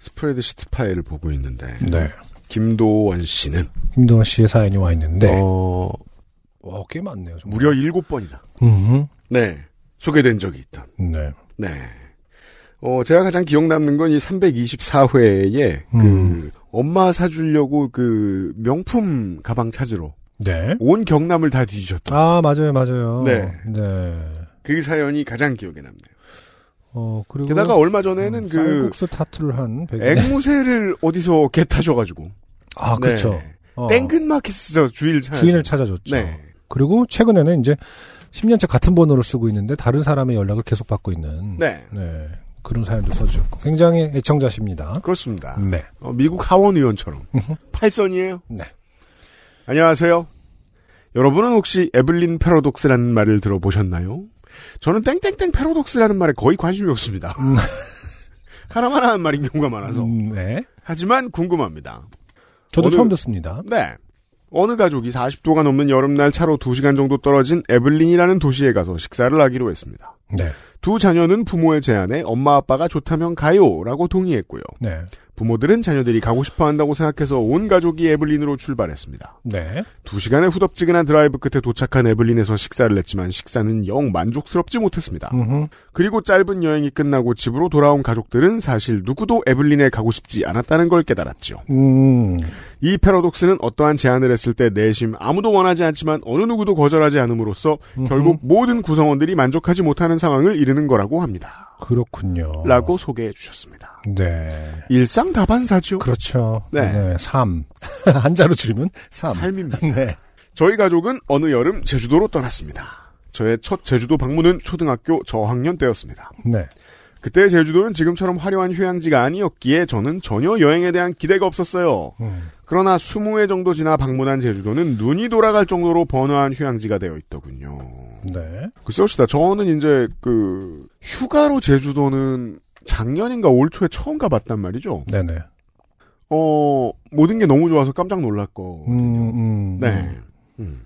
스프레드시트 파일을 보고 있는데 네. 김도원 씨는 김동완 씨의 사연이 와 있는데. 어, 와, 꽤 많네요. 정말. 무려 일곱 번이나 음, 네 소개된 적이 있다. 네. 네. 어, 제가 가장 기억 남는 건 이 324회에 음. 엄마 사주려고 그 명품 가방 찾으러 네. 온 경남을 다 뒤지셨던 아, 맞아요, 맞아요. 네. 네. 그 사연이 가장 기억에 남네요. 어, 그리고. 게다가 얼마 전에는 그 음, 쌀국수 타투를 한 백인. 앵무새를 어디서 개 타셔가지고 아, 네. 그렇죠. 어, 땡근마켓에서 주일 찾아 주인을 찾아줬죠. 네. 그리고 최근에는 이제 10년째 같은 번호를 쓰고 있는데 다른 사람의 연락을 계속 받고 있는. 네. 네. 그런 사연도 써주셨고. 굉장히 애청자십니다. 그렇습니다. 네. 어, 미국 하원 의원처럼 팔선이에요. 네. 안녕하세요. 여러분은 혹시 에블린 패러독스라는 말을 들어보셨나요? 저는 땡땡땡 패러독스라는 말에 거의 관심이 없습니다. 하나만 하는 말인 경우가 많아서. 음, 네. 하지만 궁금합니다. 저도 오늘- 처음 듣습니다. 네. 어느 가족이 40도가 넘는 여름날 차로 2시간 정도 떨어진 에블린이라는 도시에 가서 식사를 하기로 했습니다. 네. 두 자녀는 부모의 제안에 엄마 아빠가 좋다면 가요라고 동의했고요. 네. 부모들은 자녀들이 가고 싶어 한다고 생각해서 온 가족이 에블린으로 출발했습니다. 네. 두 시간의 후덥지근한 드라이브 끝에 도착한 에블린에서 식사를 했지만 식사는 영 만족스럽지 못했습니다. 음흠. 그리고 짧은 여행이 끝나고 집으로 돌아온 가족들은 사실 누구도 에블린에 가고 싶지 않았다는 걸 깨달았지요. 음. 이 패러독스는 어떠한 제안을 했을 때 내심 아무도 원하지 않지만 어느 누구도 거절하지 않음으로써 결국 모든 구성원들이 만족하지 못하는 상황을 이르는 거라고 합니다. 그렇군요. 라고 소개해 주셨습니다. 네. 일상 다반사죠. 그렇죠. 네. 네. 삼. 한자로 줄이면 삼. 삶입니다. 네. 저희 가족은 어느 여름 제주도로 떠났습니다. 저의 첫 제주도 방문은 초등학교 저학년 때였습니다. 네. 그때 제주도는 지금처럼 화려한 휴양지가 아니었기에 저는 전혀 여행에 대한 기대가 없었어요. 음. 그러나 20회 정도 지나 방문한 제주도는 눈이 돌아갈 정도로 번화한 휴양지가 되어 있더군요. 네. 글쎄요, 저는 이제 그 휴가로 제주도는 작년인가 올 초에 처음 가봤단 말이죠. 네네. 어 모든 게 너무 좋아서 깜짝 놀랐고 음, 음. 네. 음.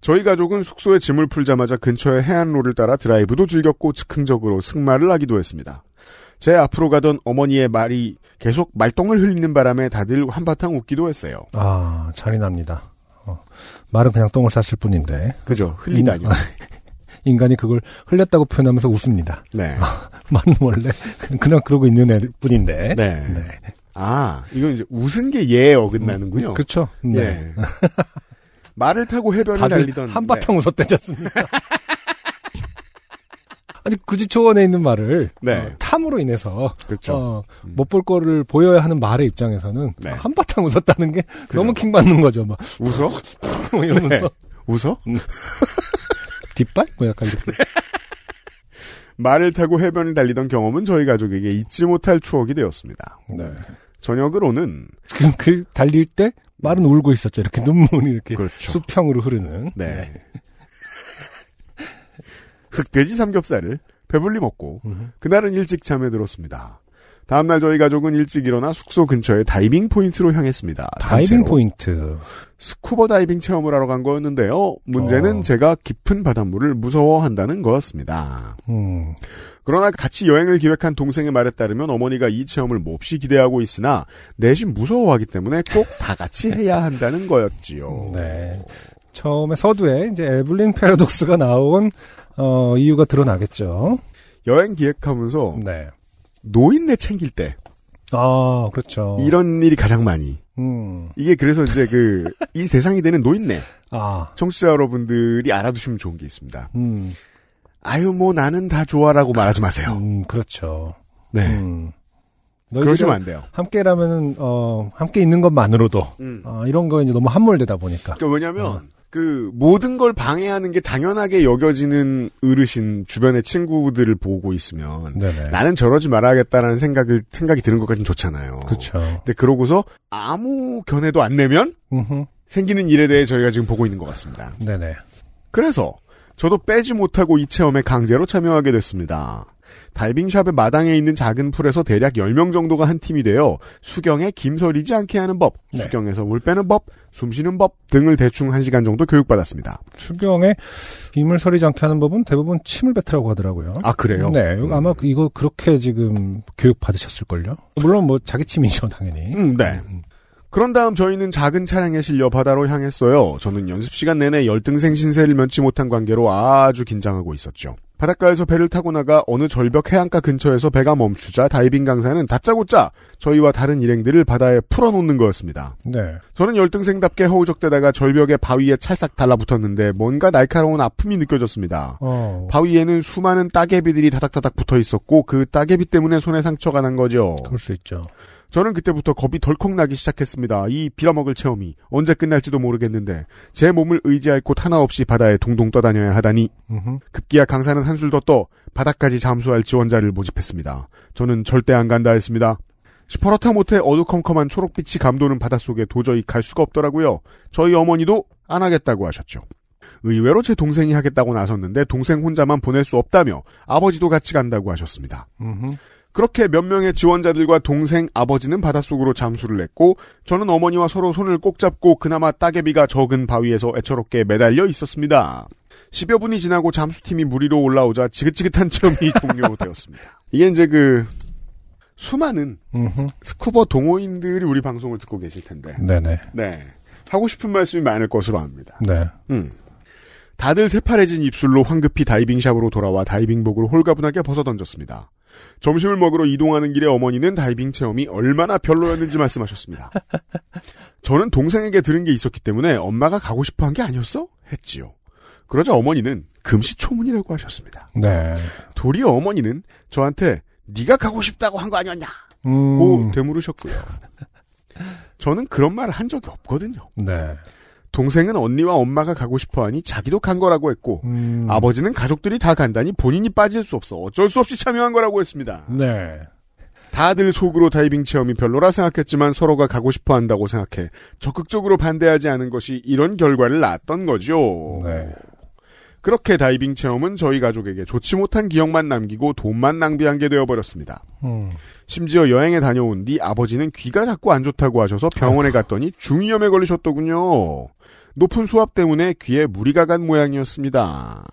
저희 가족은 숙소에 짐을 풀자마자 근처의 해안로를 따라 드라이브도 즐겼고 즉흥적으로 승마를 하기도 했습니다. 제 앞으로 가던 어머니의 말이 계속 말똥을 흘리는 바람에 다들 한바탕 웃기도 했어요. 아, 잔인합니다. 어. 말은 그냥 똥을 쌌을 뿐인데 그죠? 음. 흘리다니요. 인간이 그걸 흘렸다고 표현하면서 웃습니다. 네. 아, 말은 원래 그냥 그러고 있는 애 뿐인데. 네. 아, 이건 이제 웃은 게 예에 어긋나는군요. 그렇죠. 네. 예. 말을 타고 해변을 다들 달리던 네, 한바탕 웃었대지 않습니까? 아니 굳이 초원에 있는 말을 네. 어, 탐으로 인해서 어, 네. 그렇죠. 못 볼 거를 보여야 하는 말의 입장에서는 네. 한바탕 웃었다는 게 그죠. 너무 킹 받는 거죠. 막 웃어? 뭐 네. 이러면서 웃어? 뒷발 뭐 약간 이렇게 말을 타고 해변을 달리던 경험은 저희 가족에게 잊지 못할 추억이 되었습니다. 네. 저녁으로는 그, 그 달릴 때 말은 울고 있었죠. 이렇게 눈물이 이렇게 어. 그렇죠. 예. 수평으로 흐르는 네. 흑돼지 삼겹살을 배불리 먹고 음. 그날은 일찍 잠에 들었습니다. 다음날 저희 가족은 일찍 일어나 숙소 근처의 다이빙 포인트로 향했습니다. 다이빙 단체로 포인트. 스쿠버 다이빙 체험을 하러 간 거였는데요. 문제는 어. 제가 깊은 바닷물을 무서워한다는 거였습니다. 음. 그러나 같이 여행을 기획한 동생의 말에 따르면 어머니가 이 체험을 몹시 기대하고 있으나 내심 무서워하기 때문에 꼭 다 같이 해야 한다는 거였지요. 네. 처음에 서두에 이제 에블린 패러독스가 나온 어, 이유가 드러나겠죠. 여행 기획하면서 네. 노인네 챙길 때 아 그렇죠. 이런 일이 가장 많이. 음. 이게 그래서 이제 그, 이 대상이 되는 노인네, 아. 청취자 여러분들이 알아두시면 좋은 게 있습니다. 음. 아유, 뭐 나는 다 좋아라고 말하지 마세요. 음, 그렇죠. 네. 음. 그러시면 안 돼요. 함께라면은 어 함께 있는 것만으로도 음. 아, 이런 거 이제 너무 함몰되다 보니까 그러니까 왜냐면, 그 모든 걸 방해하는 게 당연하게 여겨지는 어르신 주변의 친구들을 보고 있으면 네네. 나는 저러지 말아야겠다라는 생각을 생각이 드는 것까진 좋잖아요. 그렇죠. 근데 그러고서 아무 견해도 안 내면 음흠. 생기는 일에 대해 저희가 지금 보고 있는 것 같습니다. 네네. 그래서 저도 빼지 못하고 이 체험에 강제로 참여하게 됐습니다. 다이빙샵의 마당에 있는 작은 풀에서 대략 10명 정도가 한 팀이 되어 수경에 김설이지 않게 하는 법, 네. 수경에서 물 빼는 법, 숨 쉬는 법 등을 대충 1시간 정도 교육받았습니다. 추경에 힘을 서리지 않게 하는 법은 대부분 침을 뱉으라고 하더라고요. 아, 그래요? 네, 이거 아마 음. 이거 그렇게 지금 교육 받으셨을걸요? 물론 뭐 자기 침이죠, 당연히. 음, 네. 그런 다음 저희는 작은 차량에 실려 바다로 향했어요. 저는 연습 시간 내내 열등생 신세를 면치 못한 관계로 아주 긴장하고 있었죠. 바닷가에서 배를 타고 나가 어느 절벽 해안가 근처에서 배가 멈추자 다이빙 강사는 다짜고짜 저희와 다른 일행들을 바다에 풀어놓는 거였습니다. 네. 저는 열등생답게 허우적대다가 절벽의 바위에 찰싹 달라붙었는데 뭔가 날카로운 아픔이 느껴졌습니다. 어. 바위에는 수많은 따개비들이 다닥다닥 붙어 있었고 그 따개비 때문에 손에 상처가 난 거죠. 그럴 수 있죠. 저는 그때부터 겁이 덜컥 나기 시작했습니다. 이 빌어먹을 체험이 언제 끝날지도 모르겠는데 제 몸을 의지할 곳 하나 없이 바다에 동동 떠다녀야 하다니 음흠. 급기야 강사는 한술 더 떠 바다까지 잠수할 지원자를 모집했습니다. 저는 절대 안 간다 했습니다. 시퍼렇다 못해 어두컴컴한 초록빛이 감도는 바닷속에 도저히 갈 수가 없더라고요. 저희 어머니도 안 하겠다고 하셨죠. 의외로 제 동생이 하겠다고 나섰는데 동생 혼자만 보낼 수 없다며 아버지도 같이 간다고 하셨습니다. 음흠. 그렇게 몇 명의 지원자들과 동생, 아버지는 바닷속으로 잠수를 했고 저는 어머니와 서로 손을 꼭 잡고 그나마 따개비가 적은 바위에서 애처롭게 매달려 있었습니다. 10여 분이 지나고 잠수팀이 물 위로 올라오자 지긋지긋한 체험이 종료되었습니다. 이게 이제 그 수많은 음흠. 스쿠버 동호인들이 우리 방송을 듣고 계실 텐데 네네. 네 하고 싶은 말씀이 많을 것으로 압니다. 네. 음. 다들 새파래진 입술로 황급히 다이빙샵으로 돌아와 다이빙복을 홀가분하게 벗어던졌습니다. 점심을 먹으러 이동하는 길에 어머니는 다이빙 체험이 얼마나 별로였는지 말씀하셨습니다. 저는 동생에게 들은 게 있었기 때문에 엄마가 가고 싶어 한 게 아니었어? 했지요. 그러자 어머니는 금시초문이라고 하셨습니다. 네. 도리어 어머니는 저한테 네가 가고 싶다고 한 거 아니었냐? 고 음. 되물으셨고요. 저는 그런 말을 한 적이 없거든요. 네. 동생은 언니와 엄마가 가고 싶어 하니 자기도 간 거라고 했고, 음. 아버지는 가족들이 다 간다니 본인이 빠질 수 없어 어쩔 수 없이 참여한 거라고 했습니다. 네. 다들 속으로 다이빙 체험이 별로라 생각했지만 서로가 가고 싶어 한다고 생각해 적극적으로 반대하지 않은 것이 이런 결과를 낳았던 거죠. 네. 그렇게 다이빙 체험은 저희 가족에게 좋지 못한 기억만 남기고 돈만 낭비한 게 되어버렸습니다. 음. 심지어 여행에 다녀온 뒤 아버지는 귀가 자꾸 안 좋다고 하셔서 병원에 갔더니 중이염에 걸리셨더군요. 높은 수압 때문에 귀에 무리가 간 모양이었습니다.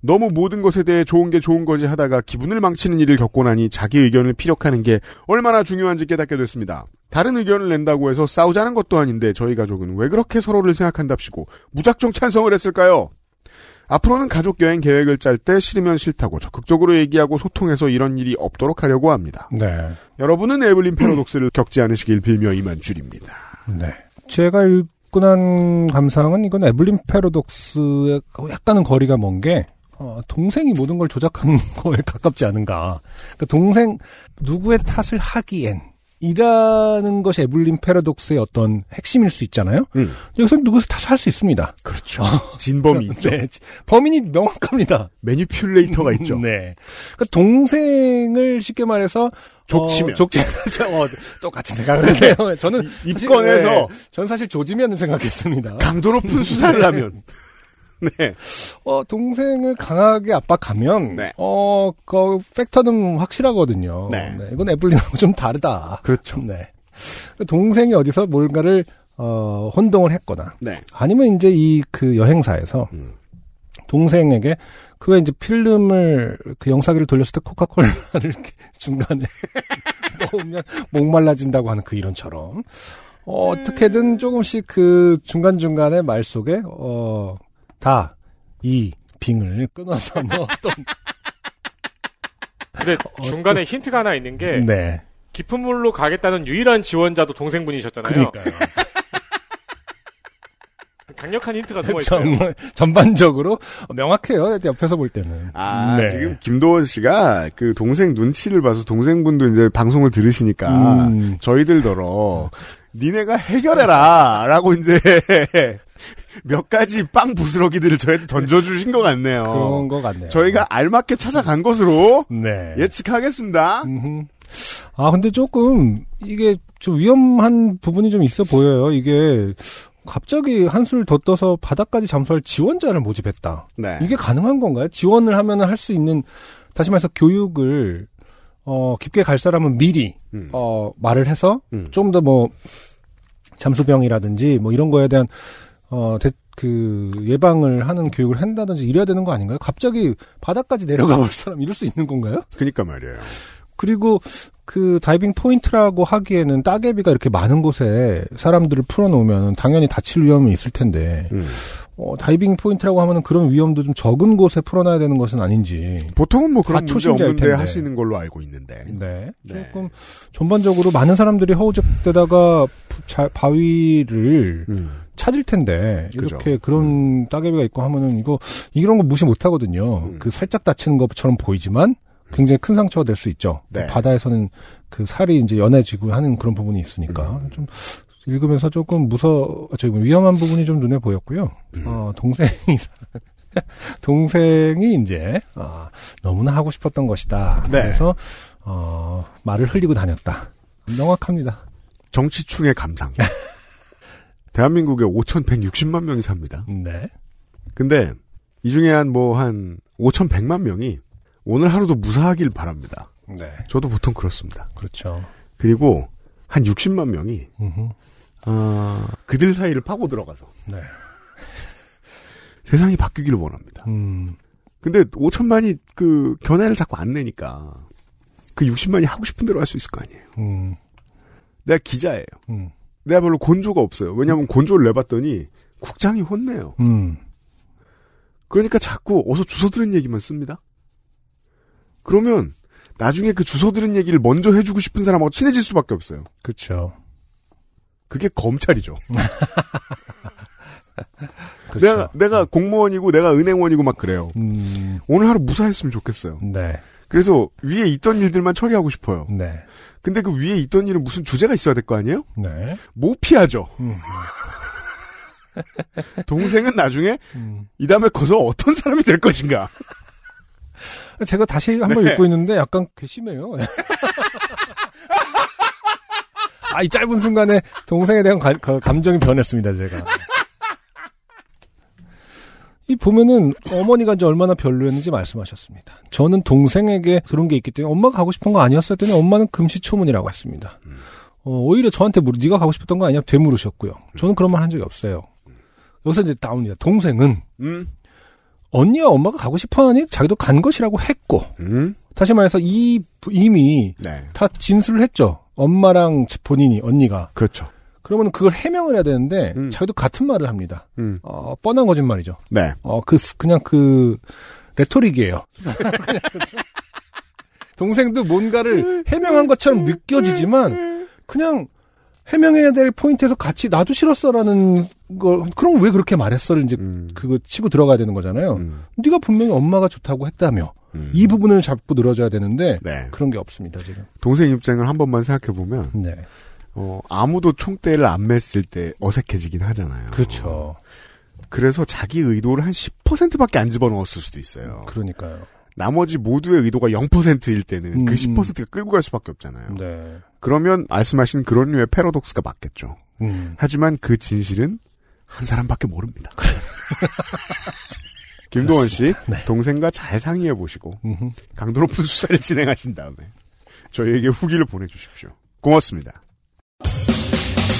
너무 모든 것에 대해 좋은 게 좋은 거지 하다가 기분을 망치는 일을 겪고 나니 자기 의견을 피력하는 게 얼마나 중요한지 깨닫게 됐습니다. 다른 의견을 낸다고 해서 싸우자는 것도 아닌데 저희 가족은 왜 그렇게 서로를 생각한답시고 무작정 찬성을 했을까요? 앞으로는 가족 여행 계획을 짤 때 싫으면 싫다고 적극적으로 얘기하고 소통해서 이런 일이 없도록 하려고 합니다. 네. 여러분은 에블린 패러독스를 겪지 않으시길 빌며 이만 줄입니다. 네. 제가 읽고 난 감상은 이건 에블린 패러독스의 약간은 거리가 먼 게, 어, 동생이 모든 걸 조작한 거에 가깝지 않은가. 그러니까 동생, 누구의 탓을 하기엔, 이라는 것이 에블린 패러독스의 어떤 핵심일 수 있잖아요? 음. 여기서 누구의 탓을 할 수 있습니다. 그렇죠. 진범이 있죠. 네. 범인이 명확합니다. 매니퓰레이터가 있죠. 네. 그러니까 동생을 쉽게 말해서 족치면. 어, 족치면 어, 똑같은 생각을 해요. 네. 저는 이- 사실- 입건해서. 네, 저는 사실 조지면을 생각했습니다. 강도 높은 수사를 하면. 네. 어, 동생을 강하게 압박하면 네. 어, 그 팩터는 확실하거든요. 네. 이건 애플린하고 좀 다르다. 어, 그렇죠. 네. 동생이 어디서 뭔가를 어, 혼동을 했거나 네. 아니면 이제 이 그 여행사에서 음. 동생에게 그 왜 이제 필름을 그 영사기를 돌렸을 때 코카콜라를 이렇게 중간에 넣으면 목말라진다고 하는 그 이론처럼 어, 어떻게든 조금씩 그 중간 중간에 말 속에 어, 어다이 빙을 끊어서 넣었던 근데 중간에 힌트가 하나 있는 게 어, 네 깊은 물로 가겠다는 유일한 지원자도 동생분이셨잖아요. 그러니까요 강력한 힌트가 숨어 있어요. 정말 전반적으로 명확해요 옆에서 볼 때는 네. 아, 지금 김도원 씨가 그 동생 눈치를 봐서 동생분도 이제 방송을 들으시니까 음. 저희들더러 니네가 해결해라! 라고 이제 몇 가지 빵 부스러기들을 저희한테 던져주신 것 같네요. 어, 그런 것 같네요. 아, 저희가 예? 알맞게 찾아간 것으로 네. 예측하겠습니다. 음흠. 아, 근데 조금 이게 좀 위험한 부분이 좀 있어 보여요. 이게 갑자기 한술 더 떠서 바닥까지 잠수할 지원자를 모집했다. 네. 이게 가능한 건가요? 지원을 하면 할 수 있는 다시 말해서 교육을 어, 깊게 갈 사람은 미리 음. 어, 말을 해서 음. 좀 더 뭐 잠수병이라든지 뭐 이런 거에 대한 어, 대- 그 예방을 하는 교육을 한다든지 이래야 되는 거 아닌가요? 갑자기 바닥까지 내려가 볼 사람 이럴 수 있는 건가요? 그니까 말이에요. 그리고 그 다이빙 포인트라고 하기에는 따개비가 이렇게 많은 곳에 사람들을 풀어놓으면 당연히 다칠 위험이 있을 텐데 음. 어, 다이빙 포인트라고 하면 그런 위험도 좀 적은 곳에 풀어놔야 되는 것은 아닌지 보통은 뭐 그런 아, 문제 초심자일 없는데 텐데. 하시는 걸로 알고 있는데. 네. 네. 조금 전반적으로 많은 사람들이 허우적대다가 부- 자- 바위를 음. 찾을 텐데 그죠. 이렇게 그런 따개비가 있고 하면은 이거 이런 거 무시 못 하거든요. 음. 그 살짝 다치는 것처럼 보이지만 굉장히 큰 상처가 될 수 있죠. 네. 바다에서는 그 살이 이제 연해지고 하는 그런 부분이 있으니까 음. 좀 읽으면서 조금 무서 저기 뭐 위험한 부분이 좀 눈에 보였고요. 음. 어, 동생이 동생이 이제 아, 너무나 하고 싶었던 것이다. 네. 그래서 어, 말을 흘리고 다녔다. 명확합니다. 정치충의 감상. 대한민국에 5,160만 명이 삽니다. 네. 근데 이 중에 한 뭐 한 5,100만 명이 오늘 하루도 무사하길 바랍니다. 네. 저도 보통 그렇습니다. 그렇죠. 그리고 한 60만 명이 음흠. 아, 그들 사이를 파고 들어가서 네. 세상이 바뀌기를 원합니다. 음, 근데 5천만이 그 견해를 자꾸 안 내니까 그 60만이 하고 싶은 대로 할 수 있을 거 아니에요. 음, 내가 기자예요. 음, 내가 별로 곤조가 없어요. 왜냐하면 곤조를 내봤더니 국장이 혼내요. 음. 그러니까 자꾸 어서 주워 들은 얘기만 씁니다. 그러면 나중에 그 주워 들은 얘기를 먼저 해주고 싶은 사람하고 친해질 수밖에 없어요. 그렇죠. 그게 검찰이죠. 내가 그렇죠. 내가 공무원이고 내가 은행원이고 막 그래요. 음, 오늘 하루 무사했으면 좋겠어요. 네, 그래서 위에 있던 일들만 처리하고 싶어요. 네, 근데 그 위에 있던 일은 무슨 주제가 있어야 될 거 아니에요? 네. 못 피하죠. 음, 동생은 나중에 음. 이 다음에 커서 어떤 사람이 될 것인가. 제가 다시 한 번 읽고 있는데 약간 괘씸해요. 예. 아, 이 짧은 순간에 동생에 대한 가- 가- 감정이 변했습니다, 제가. 이 보면은 어머니가 이제 얼마나 별로였는지 말씀하셨습니다. 저는 동생에게 그런 게 있기 때문에 엄마가 가고 싶은 거 아니었을 때는 엄마는 금시초문이라고 했습니다. 어, 오히려 저한테 물, 네가 가고 싶었던 거 아니야? 되물으셨고요. 저는 그런 말 한 적이 없어요. 여기서 이제 나옵니다. 동생은 음, 언니와 엄마가 가고 싶어하니 자기도 간 것이라고 했고 음, 다시 말해서 이 부- 이미 네, 다 진술을 했죠. 엄마랑 본인이 언니가 그렇죠. 그러면 그걸 해명을 해야 되는데 음. 자기도 같은 말을 합니다. 음, 어, 뻔한 거짓말이죠. 네, 어, 그 그냥 그 레토릭이에요. 동생도 뭔가를 해명한 것처럼 느껴지지만 그냥 해명해야 될 포인트에서 같이 나도 싫었어라는 걸 그럼 왜 그렇게 말했어를 이제 음, 그거 치고 들어가야 되는 거잖아요. 음, 네가 분명히 엄마가 좋다고 했다며 음. 이 부분을 잡고 늘어져야 되는데 네. 그런 게 없습니다 지금. 동생 입장을 한 번만 생각해 보면 네, 어, 아무도 총대를 안 맸을 때 어색해지긴 하잖아요. 그렇죠. 그래서 자기 의도를 한 10%밖에 안 집어넣었을 수도 있어요. 그러니까요. 나머지 모두의 의도가 0%일 때는 음, 그 음. 10%가 끌고 갈 수밖에 없잖아요. 네. 그러면 말씀하신 그런 류의 패러독스가 맞겠죠. 음. 하지만 그 진실은 한 사람밖에 모릅니다. 김도원 씨, 네. 동생과 잘 상의해 보시고 음흠. 강도 높은 수사를 진행하신 다음에 저희에게 후기를 보내주십시오. 고맙습니다.